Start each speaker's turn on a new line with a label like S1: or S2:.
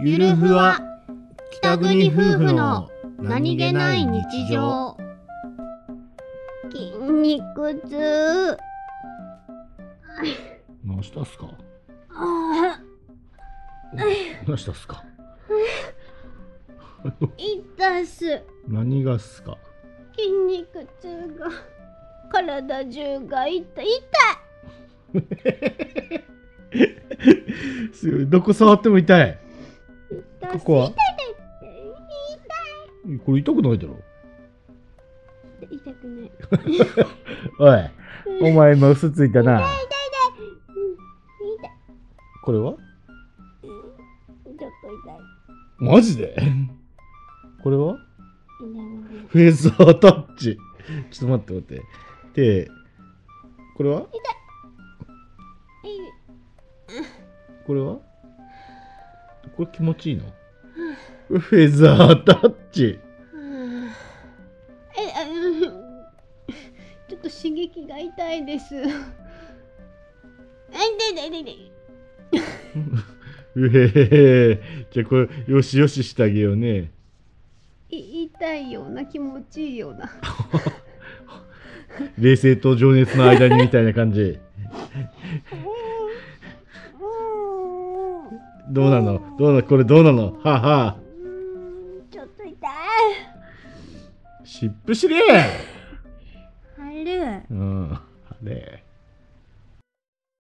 S1: ゆるふわ北国夫婦の何気ない日常
S2: 筋肉痛
S1: 何したっすか
S2: あ
S1: 何したっすか
S2: ー痛っす
S1: 何がっすか
S2: 筋肉痛が体中が痛い
S1: すごいどこ触っても痛い
S2: 痛痛
S1: こ
S2: す
S1: こはこれ痛くないだろ
S2: 痛い痛くない
S1: おいお前今嘘ついたな
S2: 痛い
S1: これは
S2: ちょっと痛い
S1: マジでこれは
S2: 痛い痛い
S1: フェイスアタッチちょっと待って待ってでこれはこれはこれ気持ちいいのフェザータッチ
S2: はあえあうんちょっと刺激が痛いですあ痛い痛い痛い痛いう
S1: へへじゃあこれよしよししてあげようね
S2: い痛いような気持ちいいような
S1: 冷静と情熱の間にみたいな感じどうなのどうなのこれどうなのはあはあ
S2: うんちょっと痛い。
S1: しっぷしれ
S2: あれ、
S1: うんあれ